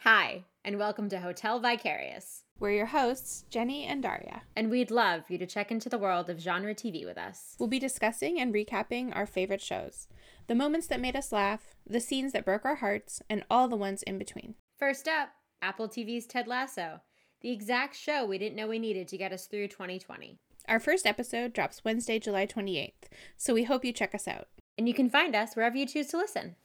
Hi, and welcome to Hotel Vicarious. We're your hosts, Jenny and Daria. And we'd love for you to check into the world of genre TV with us. We'll be discussing and recapping our favorite shows, the moments that made us laugh, the scenes that broke our hearts, and all the ones in between. First up, Apple TV's Ted Lasso, the exact show we didn't know we needed to get us through 2020. Our first episode drops Wednesday, July 28th, so we hope you check us out. And you can find us wherever you choose to listen.